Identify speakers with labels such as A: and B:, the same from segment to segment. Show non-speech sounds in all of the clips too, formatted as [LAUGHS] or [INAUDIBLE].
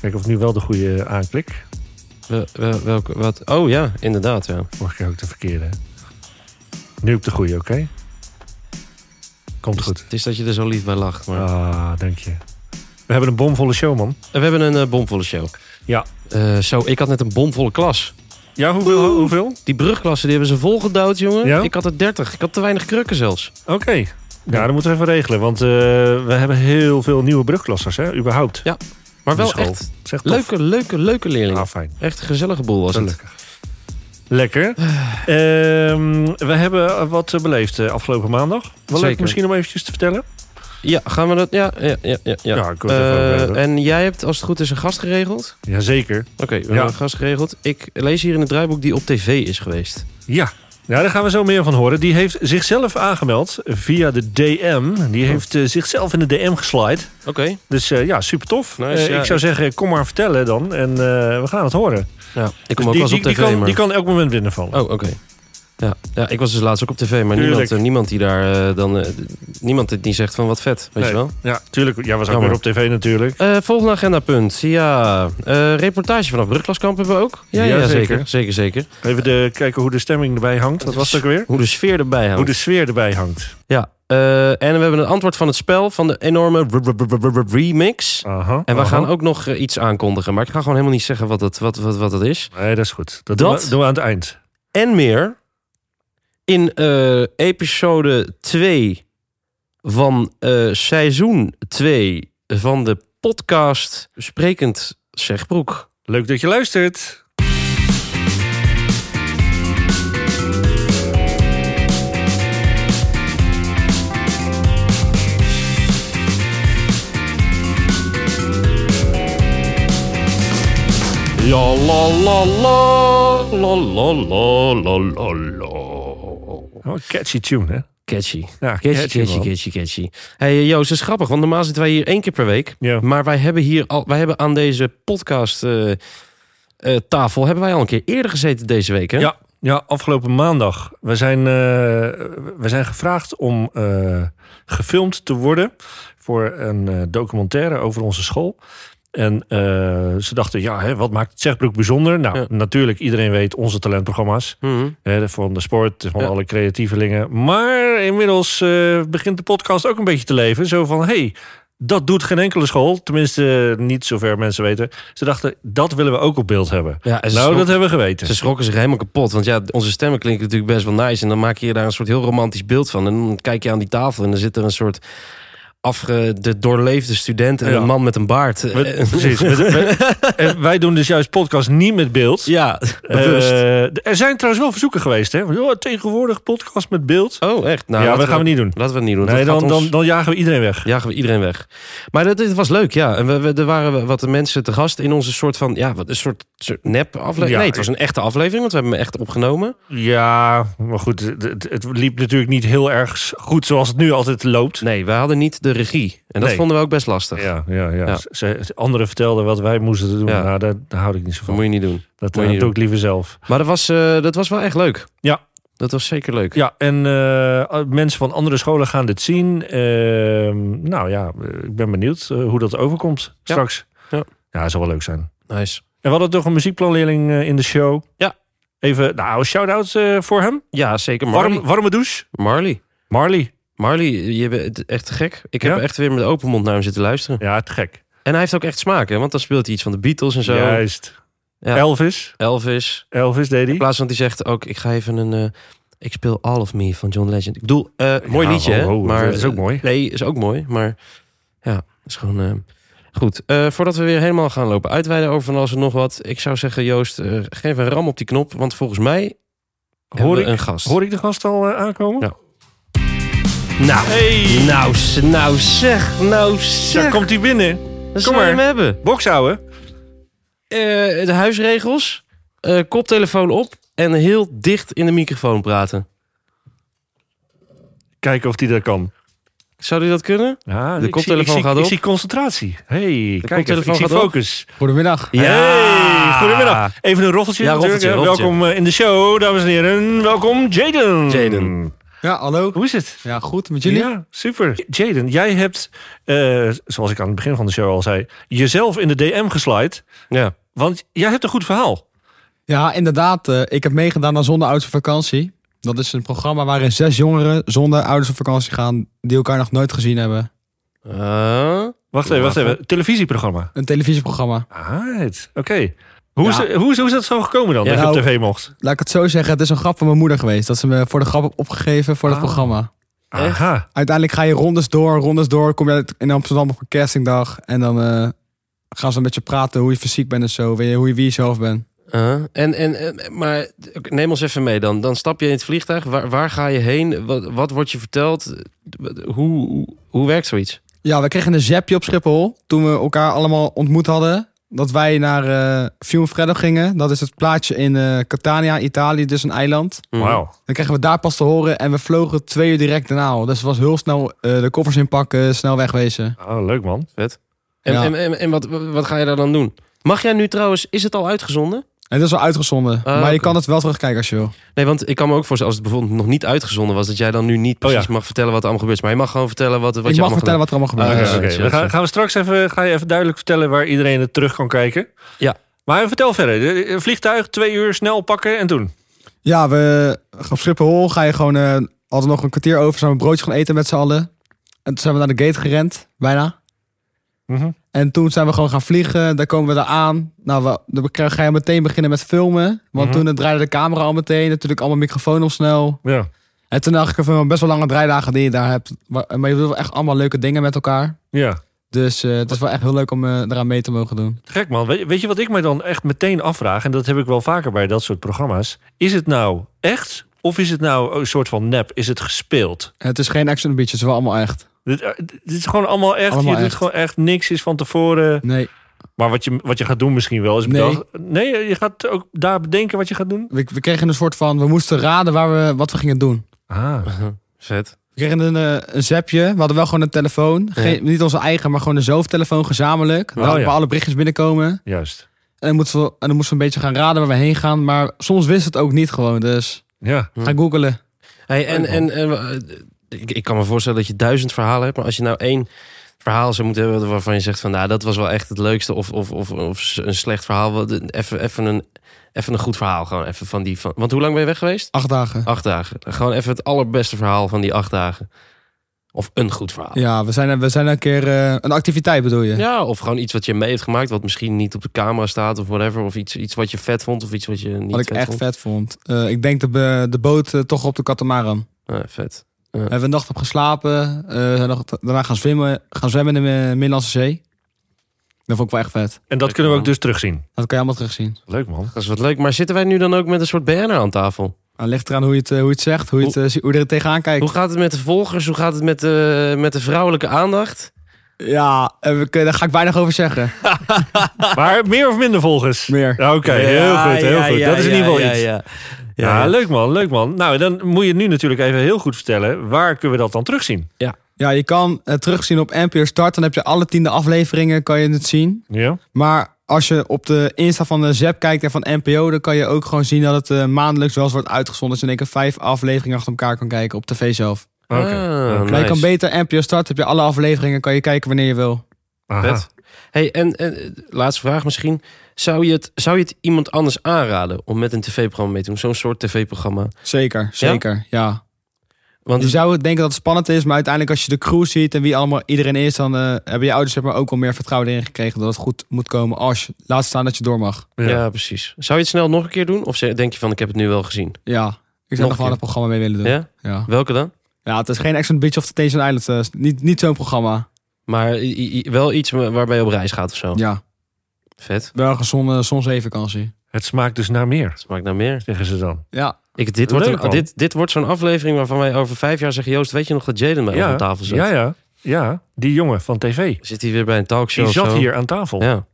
A: Kijken of ik nu wel de goede aanklik.
B: Wel- wel- welke, wat? Oh ja, inderdaad. Ja.
A: Vorige keer ook de verkeerde. Nu op de goede, oké? Komt goed.
B: Het is dat je er zo lief bij lacht. Maar...
A: Ah, dank je. We hebben een bomvolle show, man.
B: We hebben een eh, bomvolle show.
A: Ja.
B: Eh, zo, ik had net een bomvolle klas.
A: Ja, hoeveel? hoeveel?
B: Die brugklassen die hebben ze volgedouwd, jongen.
A: Ja?
B: Ik had er 30. Ik had te weinig krukken zelfs.
A: Oké. Ja, dat moeten we even regelen. Want eh, we hebben heel veel nieuwe brugklassers, hè? Überhaupt.
B: Ja, Maar wel
A: op de school.
B: echt
A: Dat is echt tof.
B: leuke, leuke, leuke leerlingen.
A: Ah, fijn.
B: Echt een gezellige boel was het.
A: Gelukkig. Lekker. Ehm, we hebben wat eh, beleefd eh, afgelopen maandag. Wel leuk
B: Zeker.
A: misschien om eventjes te vertellen.
B: Ja, gaan we dat? Ja, ja, ja. ja, ja.
A: Ja, ik wil het even
B: Eh,
A: over hebben.
B: en jij hebt als het goed is een gast geregeld.
A: Jazeker.
B: Oké, we hebben
A: Ja.
B: een gast geregeld. Ik lees hier in het draaiboek die op tv is geweest.
A: Ja. Ja, daar gaan we zo meer van horen. Die heeft zichzelf aangemeld via de DM. Die heeft eh, zichzelf in de DM geslide.
B: Oké,
A: Dus eh, ja, super tof.
B: Nice, ja.
A: Ik zou zeggen, kom maar vertellen dan. En eh, we gaan het horen.
B: ja, ik
A: Dus die,
B: kom ook wel eens
A: die-
B: op tv.
A: die kan,
B: maar...
A: die kan elk moment binnenvallen.
B: Oh, oké. Ja. ja, ik was dus laatst ook op tv, maar
A: Tuurlijk.
B: niemand, eh, niemand die daar eh, dan. eh, d- niemand die zegt van wat vet, weet
A: Nee.
B: je wel.
A: Ja, tuurlijk. Jij was ook
B: Jammer.
A: weer op tv natuurlijk.
B: Eh, volgende agendapunt. Ja, eh, reportage vanaf Brugklaskamp hebben we ook. Ja, ja,
A: Ja,
B: zeker.
A: zeker.
B: Zeker, zeker.
A: Even de, kijken hoe de stemming erbij hangt. Wat was het ook weer?
B: Hoe de sfeer erbij hangt.
A: Hoe de sfeer erbij hangt.
B: Ja, eh, en we hebben een antwoord van het spel van de enorme r- r- r- r- r- remix.
A: Aha,
B: En we
A: aha.
B: gaan ook nog eh, iets aankondigen, maar ik ga gewoon helemaal niet zeggen wat dat, wat, wat, wat dat is.
A: Nee, dat is goed. Dat,
B: Dat?
A: Doen, we, doen we aan het eind.
B: En meer in eh, episode 2 van eh, seizoen 2 van de podcast Sprekend Zegbroek.
A: Leuk dat je luistert.
B: La la la la la la la la la la.
A: Oh, catchy tune, hè?
B: Catchy.
A: Ja,
B: Catchy, catchy,
A: man.
B: catchy, catchy. hey, eh, Joost, dat is grappig, want normaal zitten wij hier één keer per week.
A: Ja.
B: Maar wij hebben hier al, wij hebben aan deze podcast eh, eh, tafel hebben wij al een keer eerder gezeten deze week, hè?
A: Ja, ja, afgelopen maandag. We zijn, eh, we zijn gevraagd om eh, gefilmd te worden voor een eh, documentaire over onze school. En eh, ze dachten, ja, hè, wat maakt Zegbroek bijzonder? Nou,
B: Ja.
A: natuurlijk, iedereen weet onze talentprogramma's.
B: Mhm.
A: Hè, van de sport, van
B: Ja.
A: alle creatievelingen. Maar inmiddels eh, begint de podcast ook een beetje te leven. Zo van, hey, dat doet geen enkele school. Tenminste, eh, niet zover mensen weten. Ze dachten, dat willen we ook op beeld hebben.
B: Ja, en ze,
A: nou, dat
B: schrok-
A: hebben we geweten.
B: ze schrokken zich helemaal kapot. Want ja, onze stemmen klinken natuurlijk best wel nice. En dan maak je daar een soort heel romantisch beeld van. En dan kijk je aan die tafel en dan zit er een soort afge, de doorleefde student en
A: Ja.
B: een man met een baard. Eh,
A: Met-
B: [LAUGHS]
A: precies. Met- met- en wij doen dus juist podcast niet met beeld.
B: ja,
A: Eh,
B: bewust.
A: er zijn trouwens wel verzoeken geweest. Hè? Van, joh, tegenwoordig podcast met beeld.
B: oh, echt? Nou,
A: Eh, ja,
B: laten
A: dat gaan we niet doen.
B: Laten we het niet doen.
A: Nee,
B: Dat gaat
A: dan,
B: ons-
A: dan, dan jagen we iedereen weg.
B: jagen we iedereen weg. Maar dat, dit was leuk, ja. En we, we- er waren wat mensen te gast in onze soort van... Ja, wat een soort, soort nep aflevering.
A: Ja,
B: nee, het was een echte aflevering, want we hebben hem echt opgenomen.
A: Ja, maar goed, het, het- het liep natuurlijk niet heel erg goed zoals het nu altijd loopt.
B: Nee, we hadden niet de regie. En dat
A: Nee.
B: vonden we ook best lastig.
A: Ja, ja, ja.
B: Ja.
A: Ze- Ze, anderen vertelden wat wij moesten doen.
B: Ja.
A: Nou, daar, daar houd ik niet zo
B: Dat
A: van.
B: moet je niet doen.
A: dat
B: moet je
A: eh,
B: niet
A: doe ik liever zelf.
B: Maar dat was, eh, dat was wel echt leuk.
A: Ja.
B: Dat was zeker leuk.
A: Ja, en eh, mensen van andere scholen gaan dit zien. Ehm, nou ja, ik ben benieuwd eh, hoe dat overkomt straks.
B: Ja.
A: ja, dat zal wel leuk zijn.
B: Nice.
A: En we hadden toch een muziekplanleerling eh, in de show.
B: Ja.
A: Even, nou, shout-out eh, voor hem.
B: Ja, zeker Marley.
A: Warm, warme douche.
B: Marley.
A: Marley.
B: Marley, je bent echt te gek. Ik heb
A: Ja?
B: echt weer met open mond naar hem zitten luisteren.
A: Ja, te gek.
B: En hij heeft ook echt smaak, hè? Want dan speelt hij iets van de Beatles en zo.
A: Juist.
B: Ja.
A: Elvis.
B: Elvis.
A: Elvis deed
B: In
A: hij.
B: plaats van dat hij zegt ook, ik ga even een... eh, ik speel All of Me van John Legend. Ik bedoel, eh, mooi
A: Ja,
B: liedje,
A: ho,
B: hè?
A: ho,
B: maar,
A: dat is ook mooi.
B: Nee, is ook mooi, maar ja, is gewoon... eh, goed, Eh, voordat we weer helemaal gaan lopen uitweiden over van alles en nog wat... Ik zou zeggen, Joost, eh, geef een ram op die knop, want volgens mij hebben
A: Hoor
B: we
A: ik,
B: een gast.
A: hoor ik de gast al eh, aankomen?
B: Ja. Nou,
A: Hey.
B: nou, z- nou zeg, nou zeg.
A: Daar komt hij binnen.
B: Dan zou
A: maar.
B: je hem hebben.
A: Bokshouden.
B: Eh, de huisregels, eh, koptelefoon op en heel dicht in de microfoon praten.
A: Kijken of hij dat kan.
B: Zou die dat kunnen?
A: Ja,
B: De
A: ik
B: koptelefoon
A: zie, ik zie-
B: gaat op.
A: Ik zie concentratie. hey, kijk even.
B: koptelefoon
A: Ik zie
B: gaat op.
A: focus.
C: Goedemiddag.
A: Hey, goedemiddag. Even een roffeltje
B: Ja,
A: natuurlijk.
B: roffeltje,
A: hè.
B: roffeltje.
A: Welkom eh, in de show, dames en heren. Welkom, Jaden.
B: Jaden.
C: Ja, hallo.
A: Hoe is het?
C: Ja, goed met jullie?
A: Ja, super. Jaden, jij hebt, eh, zoals ik aan het begin van de show al zei, jezelf in de DM geslide.
B: Ja.
A: Want jij hebt een goed verhaal.
C: Ja, inderdaad. eh, ik heb meegedaan aan Zonder Ouders op Vakantie. Dat is een programma waarin zes jongeren zonder ouders op vakantie gaan. die elkaar nog nooit gezien hebben.
B: Eh,
A: Wacht even, wacht even. Televisieprogramma.
C: Een televisieprogramma.
A: Right. Oké. Hoe, is,
C: Ja.
A: hoe, is, hoe is dat zo gekomen dan,
B: Ja,
A: dat je
C: nou-
A: op tv mocht?
C: Laat ik het zo zeggen: het is een grap van mijn moeder geweest. Dat ze me voor de grap heeft opgegeven voor dat
A: Ah.
C: programma.
B: Echt?
A: Aha.
C: Uiteindelijk ga je rondes door, rondes door. Kom je uit- in Amsterdam op een castingdag. En dan eh, gaan ze met je praten hoe je fysiek bent en zo. Weet je, hoe je wie je zelf bent.
B: eh, en, en, eh, maar oké, neem ons even mee dan. Dan stap je in het vliegtuig. Waar, waar ga je heen? Wat, wat wordt je verteld? Hoe, hoe, hoe werkt zoiets?
C: Ja, we kregen een zapje op Schiphol. Toen we elkaar allemaal ontmoet hadden. Dat wij naar eh Fiumfreddo gingen. Dat is het plaatsje in eh, Catania, Italië. Dus een eiland.
B: Hm.
A: Wauw.
C: Dan kregen we daar pas te horen. En we vlogen twee uur direct daarna al. Dus het was heel snel eh, de koffers inpakken, snel wegwezen.
A: Oh, leuk man.
B: Vet. En,
C: Ja.
B: en, en, en wat, wat ga je daar dan doen? Mag jij nu trouwens, is het al uitgezonden?
C: En dat is wel uitgezonden. maar
B: Ah, oké.
C: je kan het wel terugkijken als je wil.
B: Nee, want ik kan me ook voorstellen, als het bijvoorbeeld nog niet uitgezonden was, dat jij dan nu niet precies
A: ja.
B: mag vertellen wat er allemaal gebeurt. Maar je mag gewoon vertellen wat, wat
C: Oh ik
B: je
C: mag
B: allemaal Ah,
C: vertellen wat er allemaal
A: Oké,
C: gebeurd is.
A: oké.
B: ja, ja,
A: We gaan,
B: ja.
A: gaan we straks even, ga je even duidelijk vertellen waar iedereen het terug kan kijken.
B: Ja.
A: Maar vertel verder. De- de- Vliegtuig, twee uur, snel pakken en doen.
C: Ja, we op Schiphol ga je gewoon eh, hadden nog een kwartier over, zijn we een broodje gaan eten met z'n allen. En toen zijn we naar de gate gerend, bijna.
A: Mhm.
C: En toen zijn we gewoon gaan vliegen. Daar komen we daar aan. Nou, we, dan krijg- ga je meteen beginnen met filmen. Want
A: Mhm.
C: toen eh, draaide de camera al meteen. Natuurlijk allemaal microfoon op snel.
A: Ja.
C: En toen dacht ik er van best wel lange draaidagen die je daar hebt. eh, Maar, maar je doet wel echt allemaal leuke dingen met elkaar.
A: Ja.
C: Dus eh, het is wel echt heel leuk om eh, eraan mee te mogen doen.
A: Gek man. Weet, weet je wat ik mij dan echt meteen afvraag? En dat heb ik wel vaker bij dat soort programma's. Is het nou echt of is het nou een soort van nep? Is het gespeeld?
C: En het is geen action on the beach, het is wel allemaal echt.
A: Dit, eh, dit is gewoon allemaal echt.
C: Allemaal
A: je doet
C: echt.
A: gewoon echt niks is van tevoren.
C: Nee,
A: Maar wat je, wat je gaat doen misschien wel is
C: Nee.
A: bedacht. Nee. je gaat ook daar bedenken wat je gaat doen.
C: we, we kregen een soort van, we moesten raden waar we, wat we gingen doen.
A: Ah.
B: Vet.
C: We kregen een, eh, een zapje. We hadden wel gewoon een telefoon. Geen, Niet onze eigen, maar gewoon een zooftelefoon gezamenlijk.
A: Oh,
C: Waar
A: ja.
C: waar alle berichtjes binnenkomen. En
A: Juist.
C: dan, moesten we, en dan moesten we een beetje gaan raden waar we heen gaan. Maar soms wist het ook niet gewoon. Dus
A: Ja.
C: ga googelen.
B: Hey,
C: Oh,
B: en, en, en, eh, ik, ik kan me voorstellen dat je duizend verhalen hebt, maar als je nou één verhaal zou moeten hebben waarvan je zegt van nou, dat was wel echt het leukste of, of, of, of een slecht verhaal, wat- even, even, een, even een goed verhaal gewoon even van die van. Want hoe lang ben je weg geweest?
C: Acht dagen.
B: Acht dagen. Gewoon even het allerbeste verhaal van die acht dagen. Of een goed verhaal.
C: Ja, we zijn, we zijn een keer eh, een activiteit bedoel je.
B: Ja, of gewoon iets wat je mee hebt gemaakt, wat misschien niet op de camera staat of whatever. Of iets, iets wat je vet vond of iets wat je niet
C: Wat ik
B: vet
C: echt
B: vond.
C: vet vond. Eh, ik denk de, be- de boot eh, toch op de katamaran.
B: Ah, vet.
C: We hebben een nacht op geslapen. eh, we zijn nog, daarna gaan zwemmen, gaan zwemmen in de eh, Middellandse Zee. Dat vond ik wel echt vet.
A: En dat
B: Leuk,
A: kunnen we ook
B: man.
A: dus terugzien.
C: Dat kan je allemaal terugzien.
A: Leuk man. [LAUGHS]
B: Dat is wat leuk. Maar zitten wij nu dan ook met een soort BN'er aan tafel?
C: Het ligt eraan hoe je het, eh, hoe je het zegt. Hoe je, het, eh, zie- hoe je er tegenaan kijkt.
B: Hoe gaat het met de volgers? Hoe gaat het met de, met de vrouwelijke aandacht?
C: Ja, eh, we kunnen- daar ga ik weinig over zeggen. [LAUGHS]
A: Maar meer of minder volgens?
C: Meer.
A: Oké, heel
B: Ja,
A: goed, heel
B: ja,
A: goed.
B: ja,
A: dat is in
B: ja,
A: ieder geval
B: ja,
A: iets. Ja,
B: Ja, ja, ja.
A: leuk man, leuk man. Nou, dan moet je nu natuurlijk even heel goed vertellen... waar kunnen we dat dan terugzien?
C: Ja, je kan het terugzien op NPO Start. Dan heb je alle tiende afleveringen, kan je het zien.
A: Ja?
C: Maar als je op de Insta van de ZEP kijkt en van NPO... dan kan je ook gewoon zien dat het eh, maandelijks wel eens wordt uitgezonden. Dus in één keer vijf afleveringen achter elkaar kan kijken op tv zelf.
A: Oké. Nou,
B: Ah,
A: Oké.
C: Maar je
B: Nice.
C: kan beter NPO Start, heb je alle afleveringen... kan je kijken wanneer je wil.
A: Aha.
B: Vet. Hey, en, en eh, laatste vraag misschien. Zou je, het, zou je het iemand anders aanraden om met een tv-programma mee te doen? Zo'n soort tv-programma.
C: Zeker, zeker, ja.
B: Want
C: Je zou denken dat het spannend is, maar uiteindelijk als je de crew ziet... en wie allemaal iedereen is, dan eh, hebben je ouders zeg maar, ook al meer vertrouwen erin gekregen... dat het goed moet komen als je laat staan dat je door mag.
A: Ja.
B: ja. precies. Zou je het snel nog een keer doen? Of ze- denk je van, ik heb het nu wel gezien?
C: Ja, ik
B: Nog
C: zou nog
B: een
C: wel een programma mee willen doen.
B: Ja?
C: Ja.
B: Welke dan?
C: Ja, het is geen Action Beach of Temptation Island. eh, niet niet zo'n programma.
B: Maar i- i- wel iets wa- waarbij je op reis gaat of zo.
C: Ja,
B: Vet.
C: wel een gezonde zonzeevakantie.
A: Het smaakt dus naar meer,
B: Smaakt naar meer.
A: zeggen ze dan.
C: Ja,
B: Ik, dit, wordt
A: Leuk,
B: een,
A: man.
B: dit, dit wordt zo'n aflevering waarvan wij over vijf jaar zeggen... Joost, weet je nog dat Jaden bij ons aan tafel zat?
A: ja, ja, ja. Die jongen van tv.
B: Zit hij weer bij een talkshow
A: Die
B: of
A: zat
B: zo?
A: hier aan tafel.
B: Ja.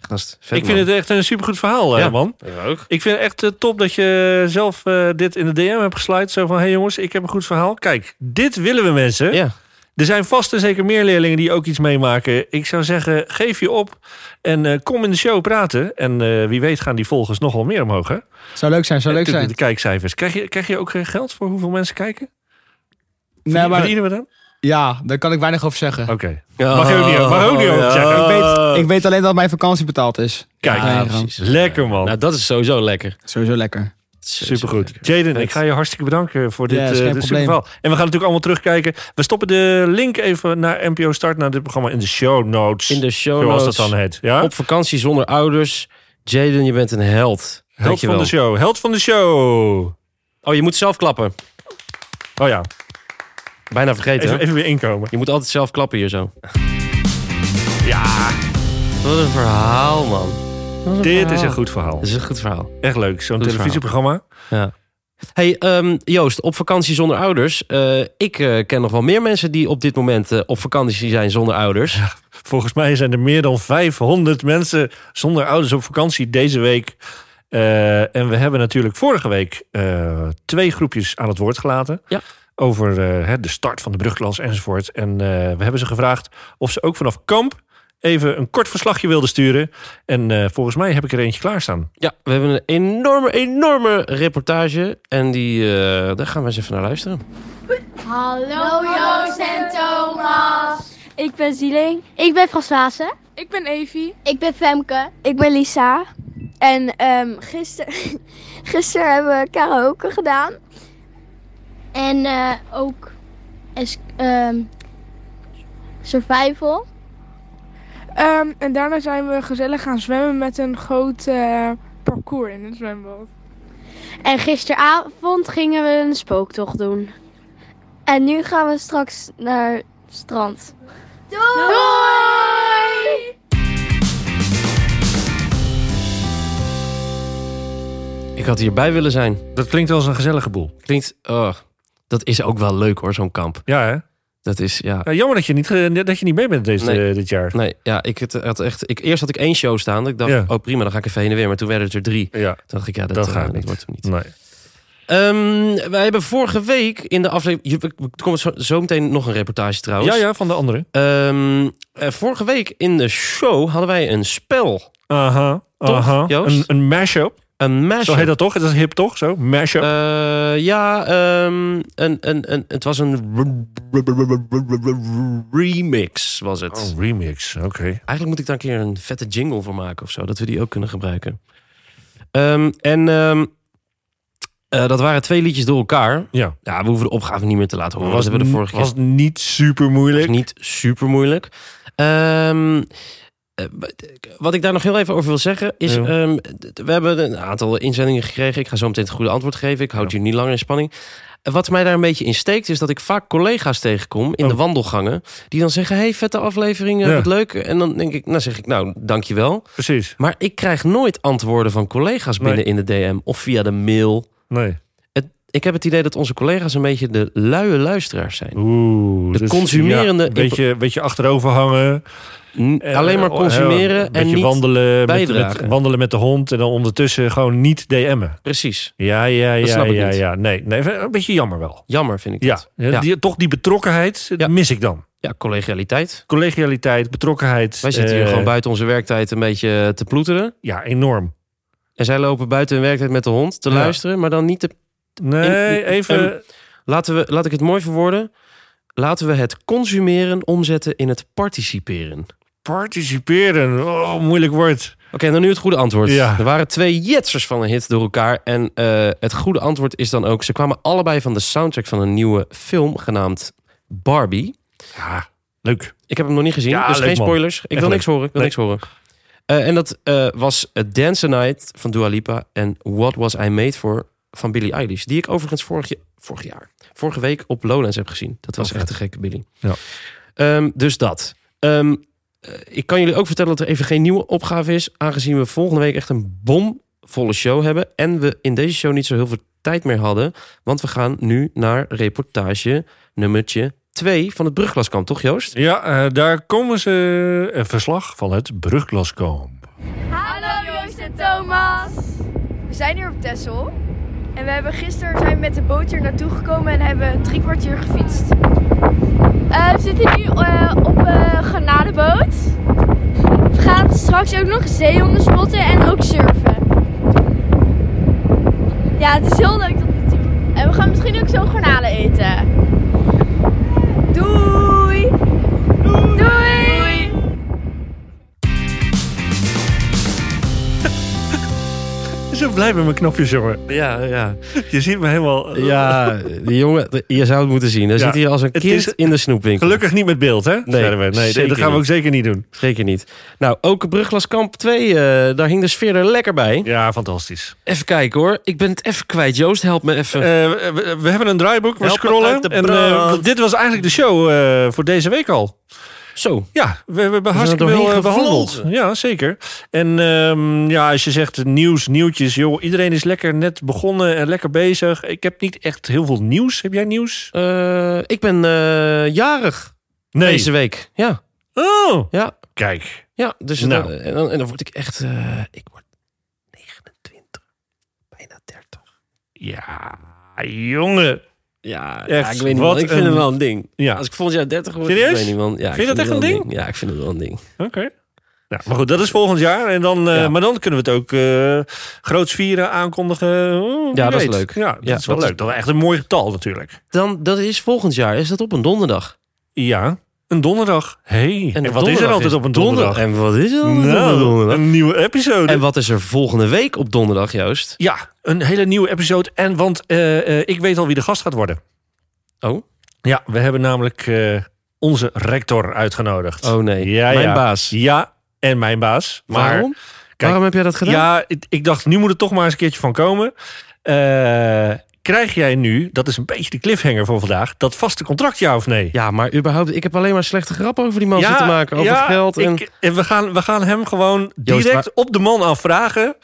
B: Gast, vet
A: ik vind het echt een supergoed verhaal, eh,
B: Ja.
A: man.
B: ook.
A: Ik vind het echt eh, top dat je zelf eh, dit in de DM hebt gesluit. Zo van, hé hey jongens, ik heb een goed verhaal. Kijk, dit willen we mensen.
B: Ja.
A: Er zijn vast en zeker meer leerlingen die ook iets meemaken. Ik zou zeggen, geef je op en eh, kom in de show praten. En eh, wie weet gaan die volgers nogal meer omhoog, hè?
C: zou leuk zijn, zou leuk
A: Natuurlijk
C: zijn.
A: De kijkcijfers. Krijg je, krijg je ook eh, geld voor hoeveel mensen kijken?
C: Nee, maar
A: Verdienen we dan?
C: ja, daar kan ik weinig over zeggen.
A: Oké. Mag je ook
B: Oh,
A: niet- mag je ook niet over zeggen.
C: Ik, weet, ik weet alleen dat mijn vakantie betaald is.
A: Kijk,
B: Ja,
C: Nee,
B: precies.
A: lekker man.
B: Nou, dat is sowieso lekker.
C: Sowieso lekker.
A: Supergoed. Jaden, ik ga je hartstikke bedanken voor dit,
C: Ja, is
A: eh,
C: geen
A: dit
C: probleem.
A: superverhaal. En we gaan natuurlijk allemaal terugkijken. We stoppen de link even naar NPO Start, naar dit programma, in de show notes.
B: In de show
A: Zoals
B: notes.
A: dat dan heet. Ja?
B: Op vakantie zonder ouders. Jaden, je bent een held.
A: Held van
B: Dankjewel.
A: de show. Held van de show.
B: Oh, je moet zelf klappen.
A: Oh ja,
B: Bijna vergeten.
A: even,
B: hè?
A: even weer inkomen.
B: Je moet altijd zelf klappen hier zo. Ja. Wat een verhaal, man. Wat een
A: Dit
B: verhaal.
A: is een goed verhaal.
B: Dit is een goed verhaal.
A: Echt leuk, zo'n
B: Goed
A: televisieprogramma.
B: Hey ehm, Joost, op vakantie zonder ouders. Eh, ik eh, ken nog wel meer mensen die op dit moment eh, op vakantie zijn zonder ouders.
A: Volgens mij zijn er meer dan 500 mensen zonder ouders op vakantie deze week. Eh, en we hebben natuurlijk vorige week eh, twee groepjes aan het woord gelaten.
B: Ja.
A: Over eh, hè, de start van de brugklas enzovoort. En eh, we hebben ze gevraagd of ze ook vanaf kamp even een kort verslagje wilden sturen. En eh, volgens mij heb ik er eentje klaarstaan.
B: Ja, we hebben een enorme, enorme reportage. En die, eh, daar gaan we eens even naar luisteren.
D: Hallo Joost en Thomas.
E: Ik ben Zieling.
D: Ik ben Françoise.
E: Ik ben Evie.
D: Ik ben Femke.
E: Ik ben Lisa. En ehm gister, [LAUGHS] gisteren hebben we karaoke gedaan.
D: En eh, ook es- ehm, Survival.
F: Ehm, en daarna zijn we gezellig gaan zwemmen met een groot eh, parcours in het zwembad.
D: En gisteravond gingen we een spooktocht doen.
E: En nu gaan we straks naar het strand.
D: Doei!
B: Ik had hierbij willen zijn.
A: Dat klinkt wel eens een gezellige boel.
B: Klinkt, oh, dat is ook wel leuk hoor, zo'n kamp.
A: Ja, hè?
B: Dat is, ja.
A: Ja, jammer dat je niet, ge- dat je niet mee bent deze,
B: Nee.
A: dit jaar.
B: Nee, ja, ik het- had echt, ik, eerst had ik één show staan. Ik dacht,
A: Ja.
B: oh prima, dan ga ik even heen en weer. Maar toen werden het er drie.
A: Ja,
B: Toen dacht ik, ja, dat,
A: Dat
B: eh,
A: gaat
B: dat
A: niet.
B: wordt hem niet.
A: nee.
B: Ehm, wij hebben vorige week in de aflevering... je- Er komt zo, zo meteen nog een reportage trouwens.
A: ja, ja, van de andere.
B: Ehm, eh, vorige week in de show hadden wij een spel.
A: Aha, aha.
B: Joost?
A: Een, een mashup.
B: Een mashup.
A: Zo heet dat toch? Dat is hip toch? Zo, mashup.
B: Eh, ja, ehm, een, een, een, het was een re- re- re- re- re- re- remix, was het.
A: Oh, remix, oké.
B: Eigenlijk moet ik daar een keer een vette jingle voor maken of zo, dat we die ook kunnen gebruiken. Ehm, en ehm, eh, dat waren twee liedjes door elkaar.
A: Ja.
B: Ja, we hoeven de opgave niet meer te laten horen. Oh, dat hebben we de
A: n-
B: vorige keer.
A: was niet super moeilijk.
B: is niet super moeilijk. Ehm, eh, wat ik daar nog heel even over wil zeggen is...
A: Ja.
B: ehm, d- we hebben een aantal inzendingen gekregen. Ik ga zo meteen het goede antwoord geven. Ik houd je niet langer in spanning. Eh, Wat mij daar een beetje in steekt is dat ik vaak collega's tegenkom in de
A: Oh.
B: wandelgangen. Die dan zeggen, hey vette aflevering, eh,
A: Ja.
B: wat leuk. En dan denk ik, nou zeg ik, nou dankjewel.
A: Precies.
B: Maar ik krijg nooit antwoorden van collega's
A: Nee.
B: binnen in de DM of via de mail.
A: Nee.
B: Het, ik heb het idee dat onze collega's een beetje de luie luisteraars zijn.
A: Oeh.
B: De
A: dus,
B: consumerende-
A: ja, beetje, beetje achterover hangen.
B: N-
A: Eh,
B: Alleen maar
A: eh,
B: consumeren
A: een
B: en
A: beetje
B: niet...
A: wandelen met,
B: bijdragen.
A: met- wandelen met de hond. En dan ondertussen gewoon niet DM'en.
B: Precies.
A: Ja, ja, ja.
B: Dat snap ik
A: ja,
B: niet.
A: ja. Nee, nee, een beetje jammer wel.
B: Jammer vind ik
A: Ja,
B: dat.
A: ja, Die, toch die betrokkenheid
B: Ja.
A: mis ik dan.
B: Ja, collegialiteit.
A: Collegialiteit, betrokkenheid.
B: Wij zitten hier
A: eh,
B: gewoon buiten onze werktijd een beetje eh, te ploeteren.
A: Ja, enorm.
B: En zij lopen buiten hun werktijd met de hond te
A: Ja.
B: luisteren. Maar dan niet te...
A: Nee,
B: En-
A: even...
B: Laten we, laat ik het mooi verwoorden. Laten we het consumeren omzetten in het participeren. Oké,
A: Participeren. Oh, moeilijk woord.
B: dan nu het goede antwoord.
A: Ja.
B: Er waren twee jetsers van een hit door elkaar. En eh, het goede antwoord is dan ook... Ze kwamen allebei van de soundtrack van een nieuwe film genaamd Barbie.
A: Ja, leuk.
B: Ik heb hem nog niet gezien,
A: Ja,
B: dus
A: leuk,
B: geen
A: man.
B: spoilers. Ik
A: Echt
B: wil
A: leuk.
B: niks horen, ik wil
A: Nee.
B: niks horen. Eh, en dat eh, was A Dance a Night van Dua Lipa en What Was I Made For van Billie Eilish. Die ik overigens vorig, je- vorig jaar, vorige week op Lowlands heb gezien. Dat was
A: Oh,
B: echt
A: vet.
B: een gekke Billie.
A: Ja.
B: Ehm, dus dat. Ehm, eh, ik kan jullie ook vertellen dat er even geen nieuwe opgave is. Aangezien we volgende week echt een bomvolle show hebben. En we in deze show niet zo heel veel tijd meer hadden. Want we gaan nu naar reportage nummertje 2 van het Brugklaskamp. Toch Joost?
A: Ja, eh, daar komen ze. Een verslag van het Brugklaskamp.
G: Hallo Joost en Thomas. We zijn hier op Texel. En we hebben gisteren zijn we met de boot hier naartoe gekomen en hebben drie kwartier gefietst.
D: Eh, we zitten nu eh, op een garnalenboot. We gaan straks ook nog zeehonden spotten en ook surfen. Ja, het is heel leuk tot nu toe. En we gaan misschien ook zo garnalen eten.
A: Zo blij met mijn knopjes, jongen.
B: Ja, ja.
A: Je ziet me helemaal... eh,
B: Ja, die jongen, de- je zou het moeten zien. Daar
A: Ja,
B: zit hij als een
A: het
B: kind
A: is-
B: in de snoepwinkel.
A: Gelukkig niet met beeld, hè?
B: Nee,
A: Verder. nee
B: zeker
A: dat gaan we
B: niet.
A: ook zeker niet doen.
B: Zeker niet. Nou, ook Brugglaskamp 2, eh, daar hing de sfeer er lekker bij.
A: Ja, fantastisch.
B: Even kijken hoor. Ik ben het even kwijt. Joost, help me even.
A: Eh, we, we hebben een draaiboek, we
B: Help me
A: scrollen.
B: uit de
A: En, eh,
B: brand.
A: dit was eigenlijk de show eh, voor deze week al.
B: Zo.
A: Ja, we, we hebben
B: er
A: hartstikke
B: doorheen
A: veel eh, behandeld.
B: gevlogen.
A: Ja, zeker. En ehm, ja, als je zegt nieuws, nieuwtjes. Joh, iedereen is lekker net begonnen en lekker bezig. Ik heb niet echt heel veel nieuws. Heb jij nieuws?
B: Eh, ik ben eh, jarig deze week. Ja,
A: Oh,
B: ja,
A: kijk.
B: ja. Dus
A: Nou.
B: dan, en, dan, en dan word ik echt... eh, ik word 29. Bijna 30.
A: Ja, jongen.
B: Ja,
A: Echt,
B: ja, ik weet niet.
A: wat
B: man. Ik vind
A: een-
B: het wel een ding.
A: Ja,
B: Als ik volgend jaar 30 word,
A: Serieus?
B: ik weet niet man. Ja, ik
A: Vind je dat echt
B: het wel
A: een
B: Ja, ik vind het wel een ding.
A: oké. Nou, maar goed, dat is volgend jaar. En dan, eh,
B: Ja.
A: Maar dan kunnen we het ook eh groots vieren, aankondigen. Oh, wie
B: Ja, dat is
A: weet.
B: leuk.
A: Ja, dat
B: Ja,
A: is wel
B: dat is-
A: leuk. Dat is echt een mooi getal natuurlijk.
B: Dan, dat is volgend jaar. Is dat op een donderdag?
A: Ja, een donderdag. hey. en, wat is
B: op
A: er
B: donderdag
A: altijd op een
B: donder-
A: donderdag?
B: En wat is er dan op
A: Nou,
B: een donderdag?
A: een nieuwe episode.
B: En wat is er volgende week op donderdag, Joost?
A: Ja, een hele nieuwe episode. En want eh, eh, ik weet al wie de gast gaat worden.
B: Oh?
A: Ja, we hebben namelijk eh, onze rector uitgenodigd.
B: Oh nee,
A: Ja,
B: mijn
A: ja.
B: baas.
A: Ja, en mijn baas. Maar
B: Waarom? Waarom heb jij dat gedaan?
A: Ja, ik, ik dacht, nu moet het toch maar eens een keertje van komen. Eh, krijg jij nu, dat is een beetje de cliffhanger voor vandaag, dat vaste contract ja of nee?
B: Ja, maar überhaupt, ik heb alleen maar slechte grappen over die man zitten maken. Over
A: ja,
B: het geld. En...
A: ik- en we, gaan, we gaan hem gewoon direct
B: waar-
A: op de man afvragen.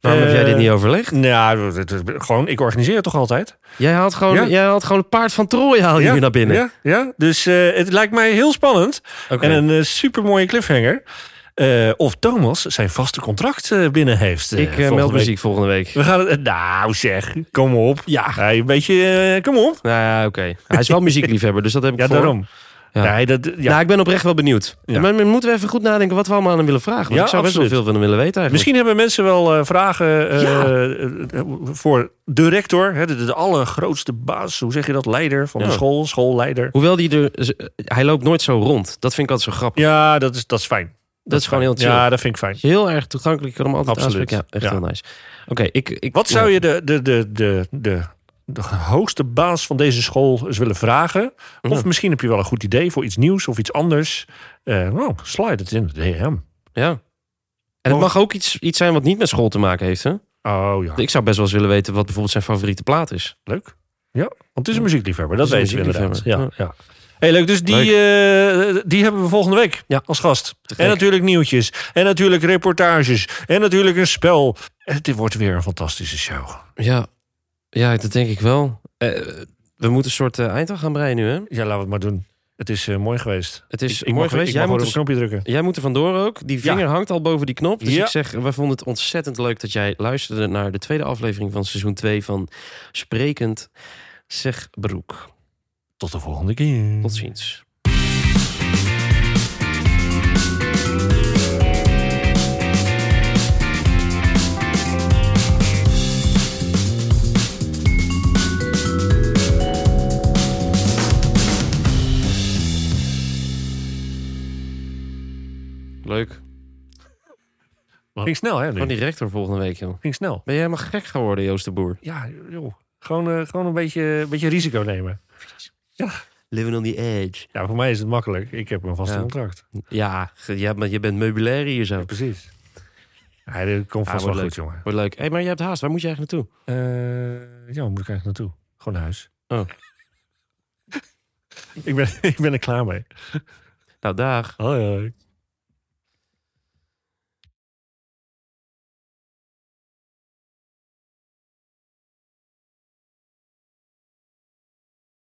B: Waarom heb jij dit
A: eh,
B: niet overlegd?
A: Nou, het- het- gewoon, ik organiseer het toch altijd?
B: Jij had gewoon,
A: ja.
B: jij had gewoon het paard van Troje haal je hier naar binnen.
A: Ja, ja. dus eh, het lijkt mij heel spannend.
B: Oké.
A: En een super mooie cliffhanger. Eh, of Thomas zijn vaste contract eh, binnen heeft. eh,
B: ik eh,
A: volgende
B: meld
A: week.
B: muziek volgende week.
A: We gaan het. eh, Nou, zeg, kom op.
B: Ja.
A: Hij een beetje. eh, kom op.
B: Nou ja, oké. Hij is
A: [LAUGHS]
B: wel muziekliefhebber, dus dat heb ik
A: Ja,
B: voor.
A: daarom.
B: Ja.
A: Nee, dat, ja.
B: Nou, ik ben oprecht wel benieuwd.
A: Ja.
B: Maar we moeten even goed nadenken wat we allemaal aan hem willen vragen. Want
A: Ja,
B: ik zou best wel
A: absoluut.
B: veel van hem willen weten eigenlijk.
A: Misschien hebben mensen wel eh, vragen eh,
B: Ja.
A: eh, eh, voor de rector, hè, de, de allergrootste baas, hoe zeg je dat, leider van de
B: Ja.
A: school, schoolleider.
B: Hoewel die er, ze- hij loopt nooit zo rond. Dat vind ik altijd zo grappig.
A: Ja, dat is, dat is fijn.
B: dat is gewoon heel chill.
A: Ja, dat vind ik fijn.
B: Heel erg toegankelijk. Ik kan hem altijd
A: Absoluut.
B: aanspreken. Ja, echt
A: Ja.
B: heel nice. Oké, ik, ik...
A: Wat zou
B: ja.
A: je de, de, de, de, de, de hoogste baas van deze school eens willen vragen? Of
B: Ja.
A: misschien heb je wel een goed idee voor iets nieuws of iets anders. Eh nou, slide het in de DM.
B: Ja. En het mag ook iets, iets zijn wat niet met school te maken heeft. Hè?
A: Oh ja,
B: Ik zou best wel eens willen weten wat bijvoorbeeld zijn favoriete plaat is.
A: leuk. Ja, want het is een muziekliefhebber, dat
B: Het is
A: weten
B: een
A: we inderdaad. Ja,
B: muziekliefhebber,
A: ja. Hey, leuk, dus die, eh, die hebben we volgende week
B: Ja.
A: als gast.
B: gek.
A: En natuurlijk nieuwtjes. En natuurlijk reportages. En natuurlijk een spel. Eh, Dit wordt weer een fantastische show.
B: Ja, ja dat denk ik wel. Eh, we moeten een soort eh, einddag gaan breien nu. Hè?
A: Ja, laten we het maar doen. Het is eh, mooi geweest.
B: Het is
A: ik, ik
B: mooi
A: mag,
B: geweest.
A: Ik
B: Jij
A: mag
B: moet, dus
A: weer op een
B: er,
A: knopje drukken.
B: jij moet er vandoor ook. Die
A: Ja.
B: vinger hangt al boven die knop. Dus
A: Ja.
B: ik zeg, wij vonden het ontzettend leuk dat jij luisterde naar de tweede aflevering van seizoen 2 van Sprekend Zeg Broek.
A: Tot de volgende keer.
B: Tot ziens. Leuk.
A: Ging snel, hè?
B: Van
A: Nu.
B: die rector volgende week, joh.
A: Ging snel.
B: Ben jij helemaal gek geworden, Joost de Boer?
A: Ja, joh. Gewoon, eh, gewoon een, beetje, een beetje risico nemen.
B: Living on the edge.
A: Ja, voor mij is het makkelijk. Ik heb een vaste
B: Ja.
A: contract.
B: Ja, ge- ja, maar je bent meubilair hier zo.
A: Precies. Ja, dat eh, komt
B: Ja,
A: vast wel
B: wordt
A: goed, jongen.
B: Wordt leuk. Hé, maar je hebt haast. Waar moet je eigenlijk naartoe?
A: Eh, ja, waar moet ik eigenlijk naartoe? Gewoon naar huis.
B: Oh.
A: [LAUGHS] ik, ben, ik ben er klaar mee.
B: Nou, dag.
A: Hoi, hoi.